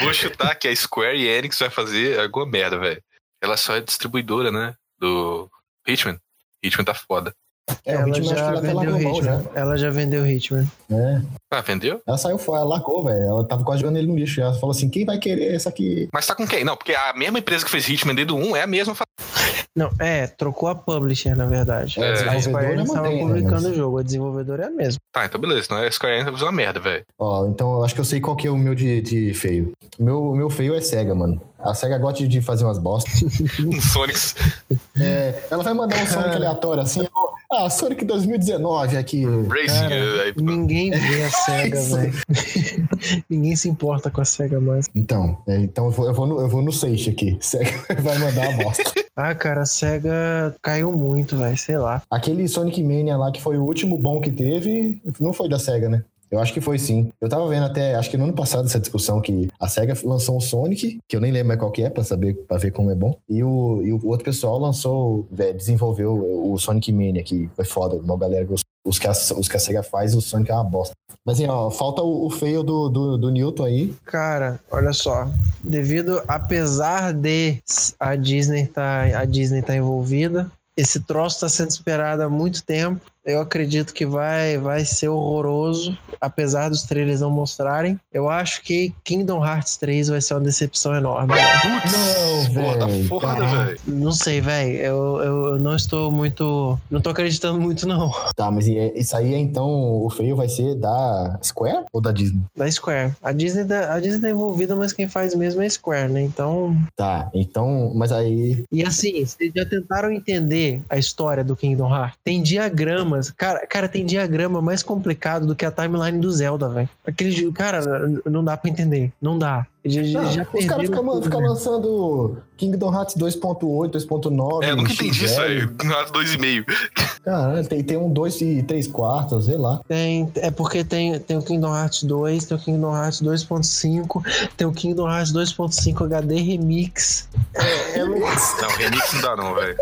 S1: Vou chutar que a Square Enix vai fazer alguma merda, velho. Ela só é distribuidora, né? Do Hitman. Hitman tá foda.
S2: É, o
S3: ela,
S2: ritmo acho
S3: já
S2: que até né?
S3: vendeu né?
S2: largou mão já.
S3: Hitman. ela já vendeu Hitman.
S2: É.
S1: Ah, vendeu?
S2: Ela saiu fora, ela largou, velho. Ela tava quase jogando ele no lixo. Ela falou assim: quem vai querer essa aqui?
S1: Mas tá com quem? Não, porque a mesma empresa que fez Hitman desde o 1 é a mesma. fa-
S3: Não, é, trocou a publisher, na verdade.
S1: É, a
S3: a
S2: desenvolvedora
S3: Square Enix tava
S2: mantém, né,
S3: publicando
S2: mas-
S3: o jogo, a desenvolvedora é a mesma.
S1: Tá, então beleza. Não é a Square Enix vai fazer uma merda, velho.
S2: Ó, então eu acho que eu sei qual que é o meu de, de feio. O meu, o meu feio é cega, mano. A cega gosta de fazer umas bostas.
S1: Um Sonic.
S2: É, ela vai mandar um Sonic
S3: Cara.
S2: aleatório assim. ó, ah, Sonic 2019 aqui.
S1: Racing.
S3: Cara,
S1: eh, aí, pronto.
S3: Ninguém vê a SEGA,
S2: Isso.
S3: velho. Ninguém se importa com a SEGA mais.
S2: Então, é, então eu vou, eu vou no, eu vou no Seixo aqui. Cega vai mandar uma bosta.
S3: Ah, cara, a SEGA caiu muito, velho, sei lá.
S2: Aquele Sonic Mania lá que foi o último bom que teve, não foi da SEGA, né? Eu acho que foi sim. Eu tava vendo até, acho que no ano passado, essa discussão que a SEGA lançou o Sonic, que eu nem lembro mais qual que é, pra saber, pra ver como é bom. E o, e o outro pessoal lançou, é, desenvolveu o Sonic Mania, que foi foda, uma galera gostou. Os que, a, os que a SEGA faz, o Sonic é uma bosta. Mas assim, ó, falta o, o fail do, do, do Newton aí.
S3: Cara, olha só, devido apesar de a Disney tá a Disney tá envolvida, esse troço está sendo esperado há muito tempo. Eu acredito que vai vai ser horroroso, apesar dos trailers não mostrarem. Eu acho que Kingdom Hearts 3 vai ser uma decepção enorme.
S1: Putz, tá
S2: Não,
S1: foda,
S2: velho, Tá,
S1: foda,
S2: caralho.
S1: velho.
S3: Não sei, velho. Eu, eu, eu não estou muito. Não tô acreditando muito, não.
S2: Tá, mas e- isso aí, então, o fail vai ser da Square ou da Disney?
S3: Da Square. A Disney, tá- a Disney tá envolvida, mas quem faz mesmo é a Square, né? Então,
S2: Tá, então, mas aí
S3: E assim, vocês já tentaram entender a história do Kingdom Hearts? Tem diagramas, cara, cara, tem diagrama mais complicado do que a timeline do Zelda, velho. Aquele, jogo- cara, não dá pra entender, não dá. Já, já-
S2: Não,
S3: já
S2: os
S3: perderam
S2: caras ficam
S3: tudo,
S2: ficam
S3: né?
S2: lançando Kingdom Hearts 2.8, 2.9.
S1: É, eu nunca
S2: X0.
S1: entendi isso aí. Nota 2,5.
S2: Caralho, tem, tem um 2 e 3 quartos, sei lá.
S3: Tem, é porque tem, tem o Kingdom Hearts 2, tem o Kingdom Hearts 2.5, tem o Kingdom Hearts 2.5 HD Remix.
S1: Não, remix não dá, não, velho.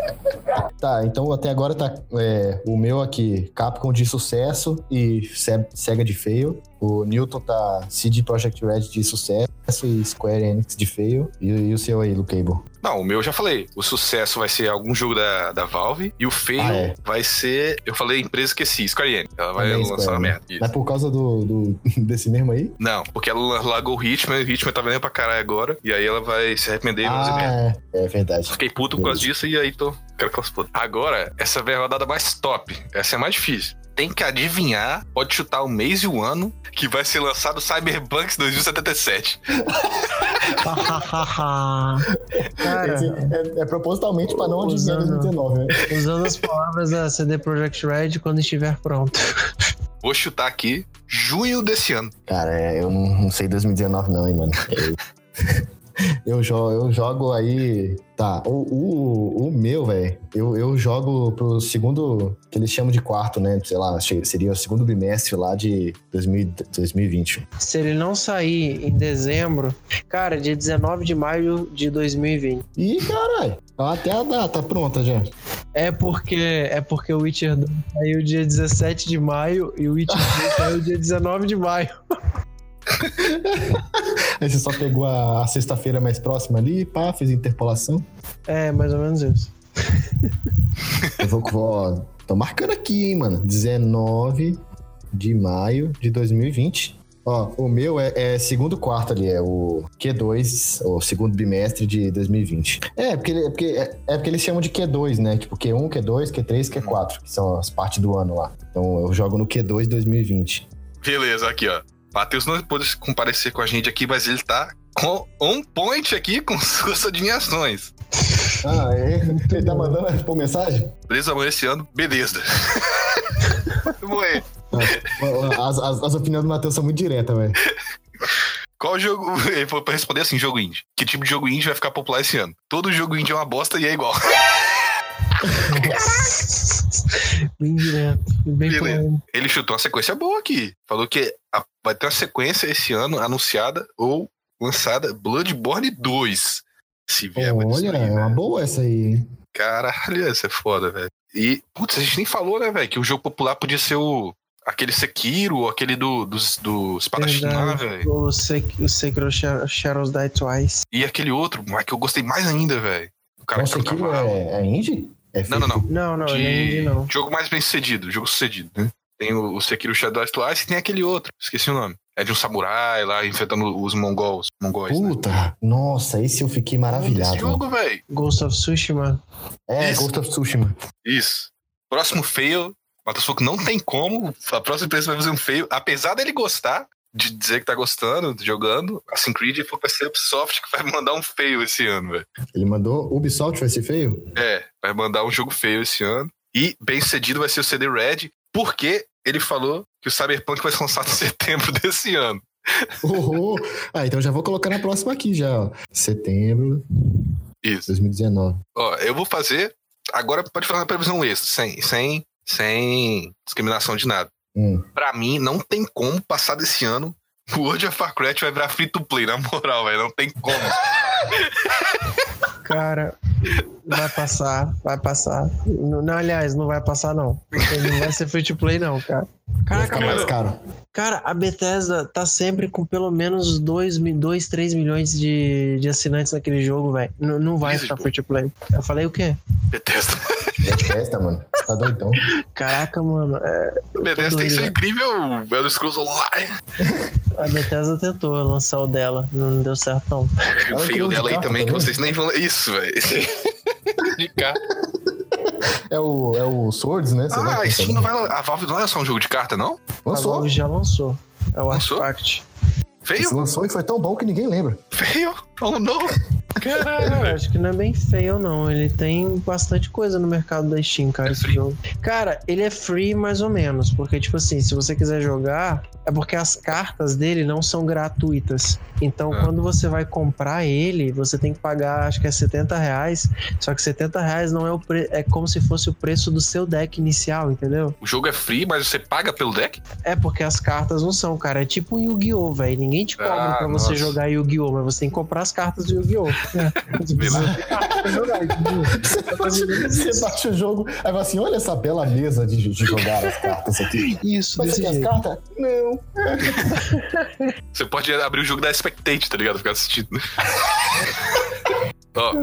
S2: Tá, então até agora tá é, o meu aqui, Capcom de sucesso e Se- Sega de feio. O Newton tá CD Projekt Red de sucesso e Square Enix de feio. E, e o seu aí, Lucable?
S1: Não, o meu eu já falei. O sucesso vai ser algum jogo da, da Valve e o feio
S2: Ah, é.
S1: vai ser. Eu falei empresa, esqueci, Square Enix. Ela vai
S2: Também
S1: lançar
S2: Square
S1: uma merda.
S2: Mas é por causa do, do- desse mesmo aí?
S1: Não, porque ela largou o Hitman e o Hitman tá vendendo pra caralho agora. E aí ela vai se arrepender e vai dizer merda.
S2: ah, é, é verdade.
S1: Fiquei puto por causa disso e aí tô. Quero que elas putas. Agora, essa vai a rodada mais top. Essa é a mais difícil. Tem que adivinhar, pode chutar o mês e o ano que vai ser lançado Cyberpunk 2077.
S3: Cara,
S2: Esse é, é propositalmente pra não adivinhar
S3: Usando-
S2: 2019, né?
S3: usando as palavras da CD Projekt Red quando estiver pronto.
S1: Vou chutar aqui junho desse ano.
S2: Cara, é, eu não, não sei 2019 não, hein, mano. Eu, eu, jo- eu jogo aí... Tá, o, o, o meu, velho, eu, eu jogo pro segundo, que eles chamam de quarto, né? Sei lá, che- seria o segundo bimestre lá de 2000, 2020.
S3: Se ele não sair em dezembro, cara, dia 19 de maio de 2020.
S2: Ih, caralho, tá até a data pronta já.
S3: É porque é porque o Witcher 2 saiu dia 17 de maio e o Witcher 3 saiu dia 19 de maio.
S2: Aí você só pegou a, a sexta-feira mais próxima ali, pá, fez interpolação.
S3: É, mais ou menos isso.
S2: Eu vou, vou- tô marcando aqui, hein, mano. 19 de maio de 2020. Ó, o meu é, é segundo quarto ali, é o Q2, o segundo bimestre de 2020. É, porque, ele- é porque, é, é porque eles chamam de Q2, né? Tipo, Q1, Q2, Q3, Q4, que são as partes do ano lá. Então eu jogo no Q2 2020.
S1: Beleza, aqui, ó. Matheus não pôde comparecer com a gente aqui, mas ele tá com on point aqui com suas adivinhações.
S2: Ah, é? Ele tá mandando por mensagem?
S1: Beleza, amanhã esse ano, beleza. Ué,
S2: As, as, as opiniões do Matheus são muito diretas, velho.
S1: qual jogo. Ele falou pra responder assim: jogo indie. Que tipo de jogo indie vai ficar popular esse ano? Todo jogo indie é uma bosta e é igual.
S3: Bem direto, bem
S1: Beleza.
S3: plano.
S1: Ele chutou uma sequência boa aqui. Falou que a- vai ter uma sequência esse ano anunciada ou lançada Bloodborne 2. Se vier, mas isso
S2: Olha,
S1: aí, né?
S2: é uma boa essa aí, hein?
S1: Caralho, essa é foda, velho. E, putz, a gente nem falou, né, velho, que o jogo popular podia ser o. Aquele Sekiro, ou aquele do, dos do Espadachim lá,
S3: Verdade.
S1: velho.
S3: O Sek- o Sekiro Sha- Shadows Die Twice.
S1: E aquele outro, mas que eu gostei mais ainda, velho. O cara que
S2: Nossa,
S1: era o
S2: aquilo
S1: cavalo.
S2: é, é indie? É
S1: Não, não, não.
S3: Não, não, ele é
S1: De...
S3: indie, não.
S1: Jogo mais bem sucedido, jogo sucedido, né? Tem o, o Sekiro Shadow Twice e tem aquele outro, esqueci o nome. É de um samurai lá enfrentando os mongols. Mongóis, né?
S2: Puta, nossa, esse eu fiquei maravilhado. né?
S1: Esse jogo, velho.
S3: Ghost of Tsushima.
S2: É,
S1: Isso.
S2: Ghost of Tsushima.
S1: Isso. Próximo fail. Matheus falou que não tem como. A próxima empresa vai fazer um fail. Apesar dele gostar, de dizer que tá gostando, jogando, Assassin's Creed foi pra ser a Ubisoft que vai mandar um fail esse ano, velho.
S2: Ele mandou Ubisoft vai ser feio?
S1: É, vai mandar um jogo feio esse ano. E bem sucedido vai ser o CD Red, porque ele falou que o Cyberpunk vai ser lançado em setembro desse ano.
S2: Oh, oh. Ah, então já vou colocar na próxima aqui já, ó. Setembro de
S1: Isso.
S2: 2019.
S1: Ó, eu vou fazer. Agora pode fazer uma previsão extra, sem, sem, sem discriminação de nada.
S2: Hum.
S1: Pra mim, não tem como passar desse ano. O World of Warcraft vai virar free to play, na moral, velho. Não tem como.
S3: Cara, vai passar, vai passar. Não, não, aliás, não vai passar, não. Ele não vai ser free to play, não, cara.
S2: Vai
S3: Caraca,
S2: ficar
S1: cara.
S2: mais caro.
S3: cara, a Bethesda tá sempre com pelo menos 2, 3 milhões de, de assinantes naquele jogo, velho. Não, não vai
S1: Blizzard,
S3: ficar
S1: pô.
S3: free to play. Eu falei o quê?
S1: Bethesda.
S2: Festa, mano. Você tá doidão.
S3: Caraca, mano. é,
S1: Bethesda tem
S3: doido,
S1: seu
S3: velho.
S1: incrível Elder Scrolls Online.
S3: a Bethesda tentou lançar o dela, não deu certo, não.
S1: O
S2: Ela
S1: feio
S2: criou de
S1: dela aí
S2: carro
S1: também, que
S2: também?
S1: vocês nem vão. Isso, velho. De carta.
S2: É o, é o Swords, né? Sei lá
S1: Ah,
S2: que
S1: a Steam não
S2: chama.
S1: vai. lan- A Valve não vai lançar um jogo de carta, não?
S3: A
S2: Lançou.
S3: Valve já lançou. É o
S1: Lançou?
S3: Artifact.
S2: Esse
S1: Feio?
S2: lançou e foi tão bom que ninguém lembra.
S1: Feio? Oh, não. Caralho,
S3: Cara,
S1: velho.
S3: acho que não é bem feio, não. Ele tem bastante coisa no mercado da Steam, cara,
S1: É
S3: esse
S1: free?
S3: jogo. Cara, ele é free mais ou menos, porque, tipo assim, se você quiser jogar, é porque as cartas dele não são gratuitas. Então,
S1: Ah.
S3: quando você vai comprar ele, você tem que pagar, acho que é R$ 70 reais. Só que R$ 70 reais não é o pre... é como se fosse o preço do seu deck inicial, entendeu?
S1: O jogo é free, mas você paga pelo deck?
S3: É porque as cartas não são, cara. É tipo um Yu-Gi-Oh, velho. Ninguém te cobra
S1: Ah,
S3: pra
S1: nossa.
S3: você jogar Yu-Gi-Oh, mas você tem que comprar as cartas do Yu-Gi-Oh.
S2: Você baixa, você baixa o jogo, aí fala assim: olha essa bela mesa de, de jogar as cartas aqui.
S3: Isso,
S2: Mas você
S3: desse
S2: quer as
S3: jeito.
S2: cartas? Não.
S1: Você pode abrir o jogo da Spectate, tá ligado? Ficar assistindo. Ó,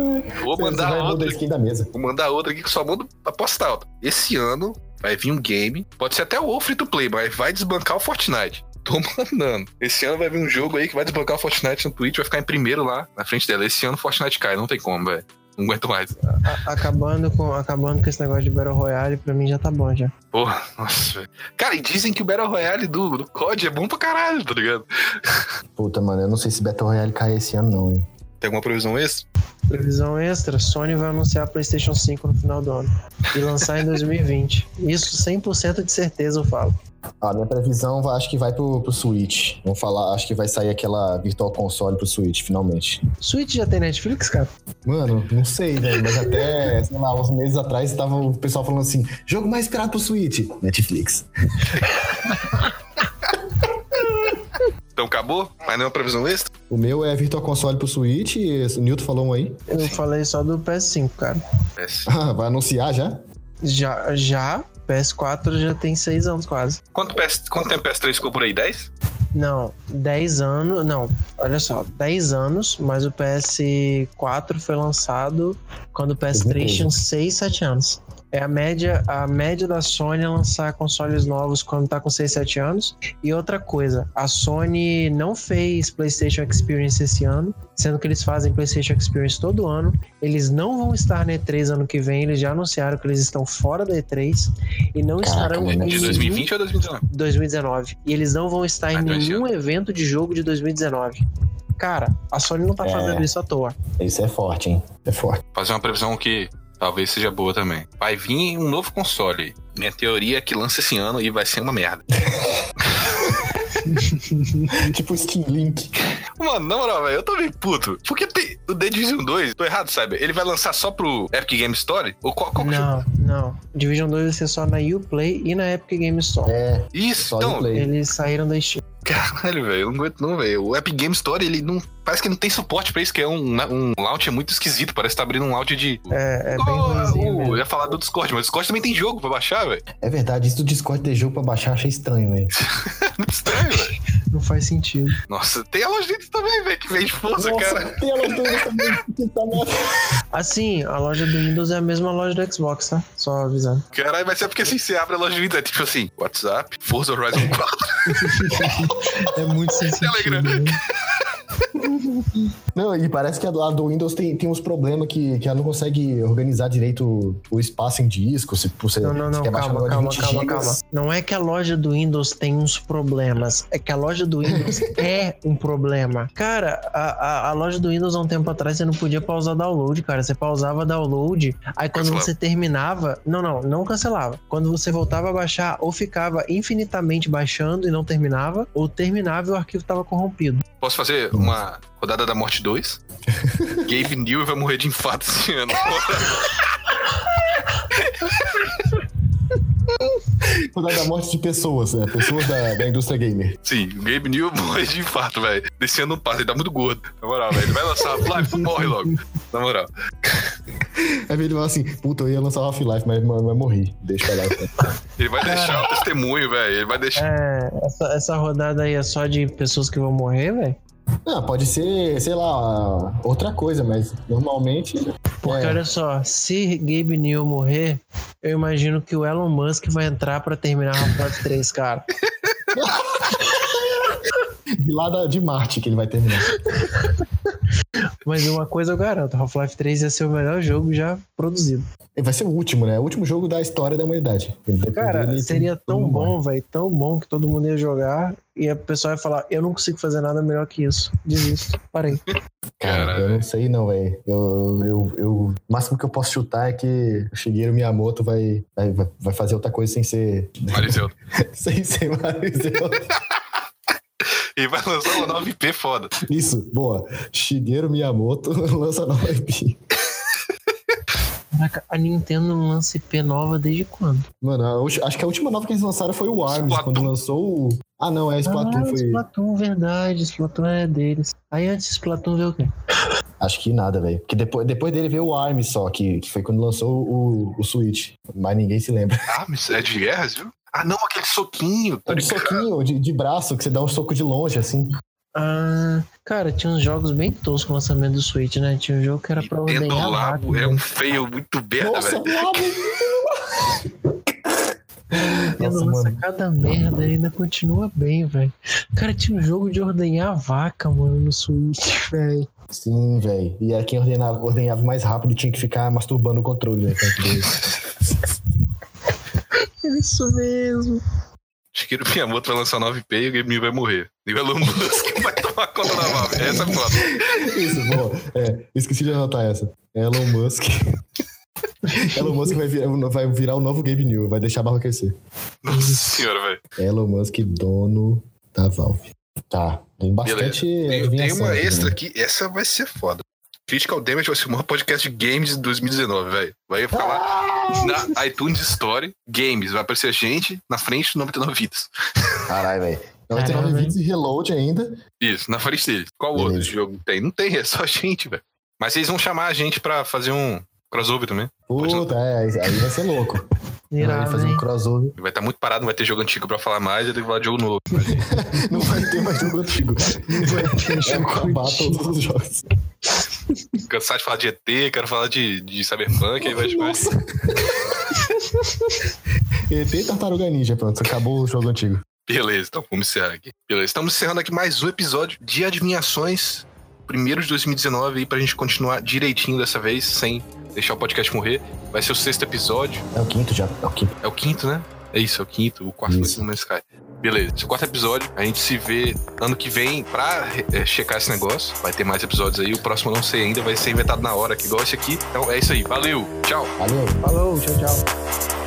S1: vou
S2: Você-
S1: mandar
S2: você vai mudar
S1: outra
S2: a skin da mesa.
S1: Vou mandar outra aqui que só mando apostar. ó. Esse ano vai vir um game, pode ser até o free to play, mas vai desbancar o Fortnite. Tô mandando. Esse ano vai vir um jogo aí que vai desbancar o Fortnite no Twitch, vai ficar em primeiro lá na frente dela. Esse ano o Fortnite cai, não tem como, velho. Não aguento mais.
S3: A- acabando, com, acabando com esse negócio de Battle Royale, pra mim já tá bom já.
S1: Porra, nossa, velho. Cara, e dizem que o Battle Royale do, do COD é bom pra caralho, tá ligado?
S2: Puta, mano, eu não sei se Battle Royale cai esse ano, não, hein?
S1: Tem alguma previsão extra?
S3: Previsão extra: Sony vai anunciar a PlayStation 5 no final do ano e lançar em 2020. Isso 100% de certeza eu falo.
S2: A minha previsão vai- acho que vai pro, pro Switch. Vamos falar, acho que vai sair aquela Virtual Console pro Switch, finalmente.
S3: Switch já tem Netflix, cara?
S2: Mano, não sei, velho, mas até, sei lá, uns meses atrás tava o pessoal falando assim: jogo mais esperado pro Switch, Netflix.
S1: Então acabou? Mas nenhuma previsão extra?
S2: O meu é Virtual Console pro Switch, e o Newton falou um aí.
S3: Eu falei só do PS5, cara.
S1: Péssimo.
S2: Ah, vai anunciar já?
S3: Já, já PS4 já tem 6 anos quase.
S1: Quanto, PS, quanto tempo PS3 ficou por aí? 10?
S3: Não, 10 anos. Não, olha só, 10 anos, mas o PS4 foi lançado quando o PS3 tinha 6, 7 anos. É a média, a média da Sony é lançar consoles novos quando tá com 6, 7 anos. E outra coisa, a Sony não fez PlayStation Experience esse ano, sendo que eles fazem PlayStation Experience todo ano. Eles não vão estar na E3 ano que vem, eles já anunciaram que eles estão fora da E3 e não
S2: Caraca,
S3: estarão
S2: mano,
S3: em
S1: De
S2: Sim.
S1: 2020 ou 2019?
S3: 2019. E eles não vão estar
S1: Ah,
S3: em
S1: então esse
S3: nenhum evento de jogo de 2019. Cara, a Sony não tá
S2: É.
S3: fazendo isso à toa.
S2: Isso é forte, hein? É forte.
S1: fazer uma previsão que talvez seja boa também. Vai vir um novo console. Minha teoria é que lança esse ano e vai ser uma merda.
S2: tipo Skin Link.
S1: Mano, na moral, velho, eu tô meio puto. Porque tem o The Division 2, tô errado, sabe? Ele vai lançar só pro Epic Game Store? Ou qual, qual que é o
S3: Não, não. Division 2 vai ser só na Uplay e na Epic Game Store.
S2: É,
S1: jogo? Isso,
S2: só
S1: então,
S2: de play.
S3: Eles saíram da Steam.
S1: caralho, velho, eu não aguento não, velho. O Epic Game Store, ele não... Parece que não tem suporte pra isso, que é um, um launch muito esquisito. Parece que tá abrindo um launch de...
S3: É, é bem
S1: Oh,
S3: ruimzinho
S1: eu
S3: mesmo.
S1: ia falar do Discord, mas o Discord também tem jogo pra baixar, velho.
S2: É verdade, isso do Discord ter jogo pra baixar, achei estranho, velho.
S1: Muito estranho, velho.
S3: Não faz sentido.
S1: Nossa, tem a loja deles também, velho, que vem de força, cara.
S2: pela altura também, que tá mal.
S3: Assim, a loja do Windows é a mesma loja do Xbox, tá? Só avisando.
S1: Caralho, mas é porque assim, você abre a loja de vídeo, é tipo assim, WhatsApp, Forza Horizon 4.
S3: é muito sem sentido.
S1: Telegram.
S3: né?
S2: Não, e parece que a do, a do Windows tem, tem uns problemas que, que ela não consegue organizar direito o, o espaço em disco. Se, você,
S3: Não, não,
S2: se
S3: não,
S2: quer baixar
S3: calma,
S2: agora de
S3: calma,
S2: 20
S3: calma,
S2: gigas.
S3: calma. Não é que a loja do Windows tem uns problemas, é que a loja do Windows é um problema. Cara, a, a, a loja do Windows há um tempo atrás você não podia pausar download, cara. Você pausava download, aí quando
S1: Cancelava.
S3: você terminava. Não, não, não cancelava. Quando você voltava a baixar, ou ficava infinitamente baixando e não terminava, ou terminava e o arquivo tava corrompido.
S1: Posso fazer uma rodada da morte 2? Gabe New vai morrer de infarto esse ano.
S2: Por causa da morte de pessoas, né? Pessoas da, da indústria gamer.
S1: Sim, o Gabe New morre de infarto, velho. Desse ano não passa, ele tá muito gordo. Na moral, velho. Ele vai lançar Half-Life, morre logo. Na moral.
S2: Aí ele fala assim, puta, eu ia lançar Half-Life, mas, mas, mas morri. Deixa pra lá. então.
S1: Ele vai deixar o testemunho, velho. Ele vai deixar.
S3: É, essa, essa rodada aí é só de pessoas que vão morrer, velho?
S2: Ah, pode ser, sei lá, outra coisa, mas normalmente...
S3: Porque
S2: é,
S3: olha só, se Gabe New morrer, eu imagino que o Elon Musk vai entrar pra terminar Half-Life 3, cara.
S2: de lá da- de Marte que ele vai terminar.
S3: Mas uma coisa eu garanto, Half-Life 3 ia ser o melhor jogo já produzido.
S2: Ele vai ser o último, né? O último jogo da história da humanidade. Ele-
S3: Cara,
S2: ele-
S3: seria tão
S2: ele-
S3: bom, velho, tão bom que todo mundo ia jogar e a pessoa ia falar, eu não consigo fazer nada melhor que isso. Desisto. Parei.
S2: Cara,
S1: Cara,
S2: eu não sei não, velho. Eu, eu, eu, o máximo que eu posso chutar é que o Shigeru Miyamoto vai, vai, vai- vai fazer outra coisa sem ser...
S3: É.
S1: Mariseu.
S2: sem ser Mario Zelda.
S1: Ele vai lançar uma 9P foda.
S2: Isso, boa. Shigeru Miyamoto lança nova IP.
S3: Caraca, a Nintendo não lança IP nova desde quando?
S2: Mano, a ulti- acho que a última nova que eles lançaram foi o Arms,
S1: Splatoon.
S2: quando lançou o... Ah, não, é Splatoon,
S3: ah,
S2: foi...
S3: Splatoon, verdade, Splatoon é deles. Aí antes Splatoon veio o quê?
S2: Acho que nada, velho. Porque depois, depois dele veio o ARM só, que, que foi quando lançou o, o Switch. Mas ninguém se lembra.
S1: Ah, mas é de guerras, viu? Ah, não, aquele soquinho.
S2: É
S1: Tá
S2: de
S1: ligado?
S2: soquinho, de, de braço, que você dá um soco de longe, assim.
S3: Ah, cara, tinha uns jogos bem toscos com o lançamento do Switch, né? Tinha um jogo que era pra
S1: Nintendo
S3: ordenhar né?
S1: Labo
S3: rápido.
S1: é um feio muito merda,
S2: Nossa,
S1: velho.
S2: Labo!
S3: Nintendo
S2: Nossa,
S3: lança
S2: mano.
S3: cada merda e ainda continua bem, velho. Cara, tinha um jogo de ordenhar a vaca, mano, no Switch, velho.
S2: Sim, velho. E era quem ordenava, ordenava mais rápido tinha que ficar masturbando o controle, né, velho.
S3: É isso mesmo.
S1: Shigeru Miyamoto vai lançar 9P e o Game vai morrer. E o Elon Musk vai tomar conta da Valve. Essa é foda.
S2: Isso, boa. É, esqueci de anotar essa. Elon Musk. Elon Musk vai virar, vai virar o novo Game New, vai deixar a barra crescer.
S1: Nossa senhora, velho.
S2: Elon Musk, dono da Valve. Tá, tem bastante
S1: Tem, tem
S2: adivinhação
S1: uma
S2: aqui,
S1: extra
S2: né?
S1: aqui. Essa vai ser foda. Critical Damage vai ser o maior podcast de games de 2019, velho. Vai ficar lá na iTunes Store, games. Vai aparecer a gente na frente do 99 Vidas.
S2: Caralho, velho. Ela tem
S3: Caralho,
S2: 9 vídeos e reload ainda.
S1: Isso, na frente dele. Qual outro
S2: Beleza.
S1: jogo tem? Não tem, é só a gente, velho. Mas vocês vão chamar a gente pra fazer um crossover também.
S2: Puta, é, aí vai ser louco. vai
S3: Irado,
S2: fazer um
S3: hein?
S2: crossover.
S1: Vai estar muito parado, não vai ter jogo antigo pra falar mais, ele vai falar de jogo novo.
S2: Não vai ter mais jogo antigo. É acabar todos os jogos.
S1: Cansar de falar de ET, quero falar de, de Cyberpunk, aí vai chamar.
S2: Nossa. ET e Tartaruga Ninja, pronto. Acabou o jogo antigo.
S1: Beleza, então vamos encerrar aqui. Beleza, estamos encerrando aqui mais um episódio de Adivinhações, primeiro de 2019, aí pra gente continuar direitinho dessa vez, sem deixar o podcast morrer. Vai ser o sexto episódio,
S2: É o quinto já. É o quinto.
S1: é o quinto, né? É isso, é o quinto, o quarto
S2: Isso.
S1: foi no Sky. Beleza, esse é o quarto episódio, a gente se vê ano que vem pra eh, checar esse negócio. Vai ter mais episódios aí, o próximo eu não sei ainda, vai ser inventado na hora, que igual esse aqui. Então é isso aí, valeu, tchau!
S2: Valeu.
S3: Falou, tchau, tchau.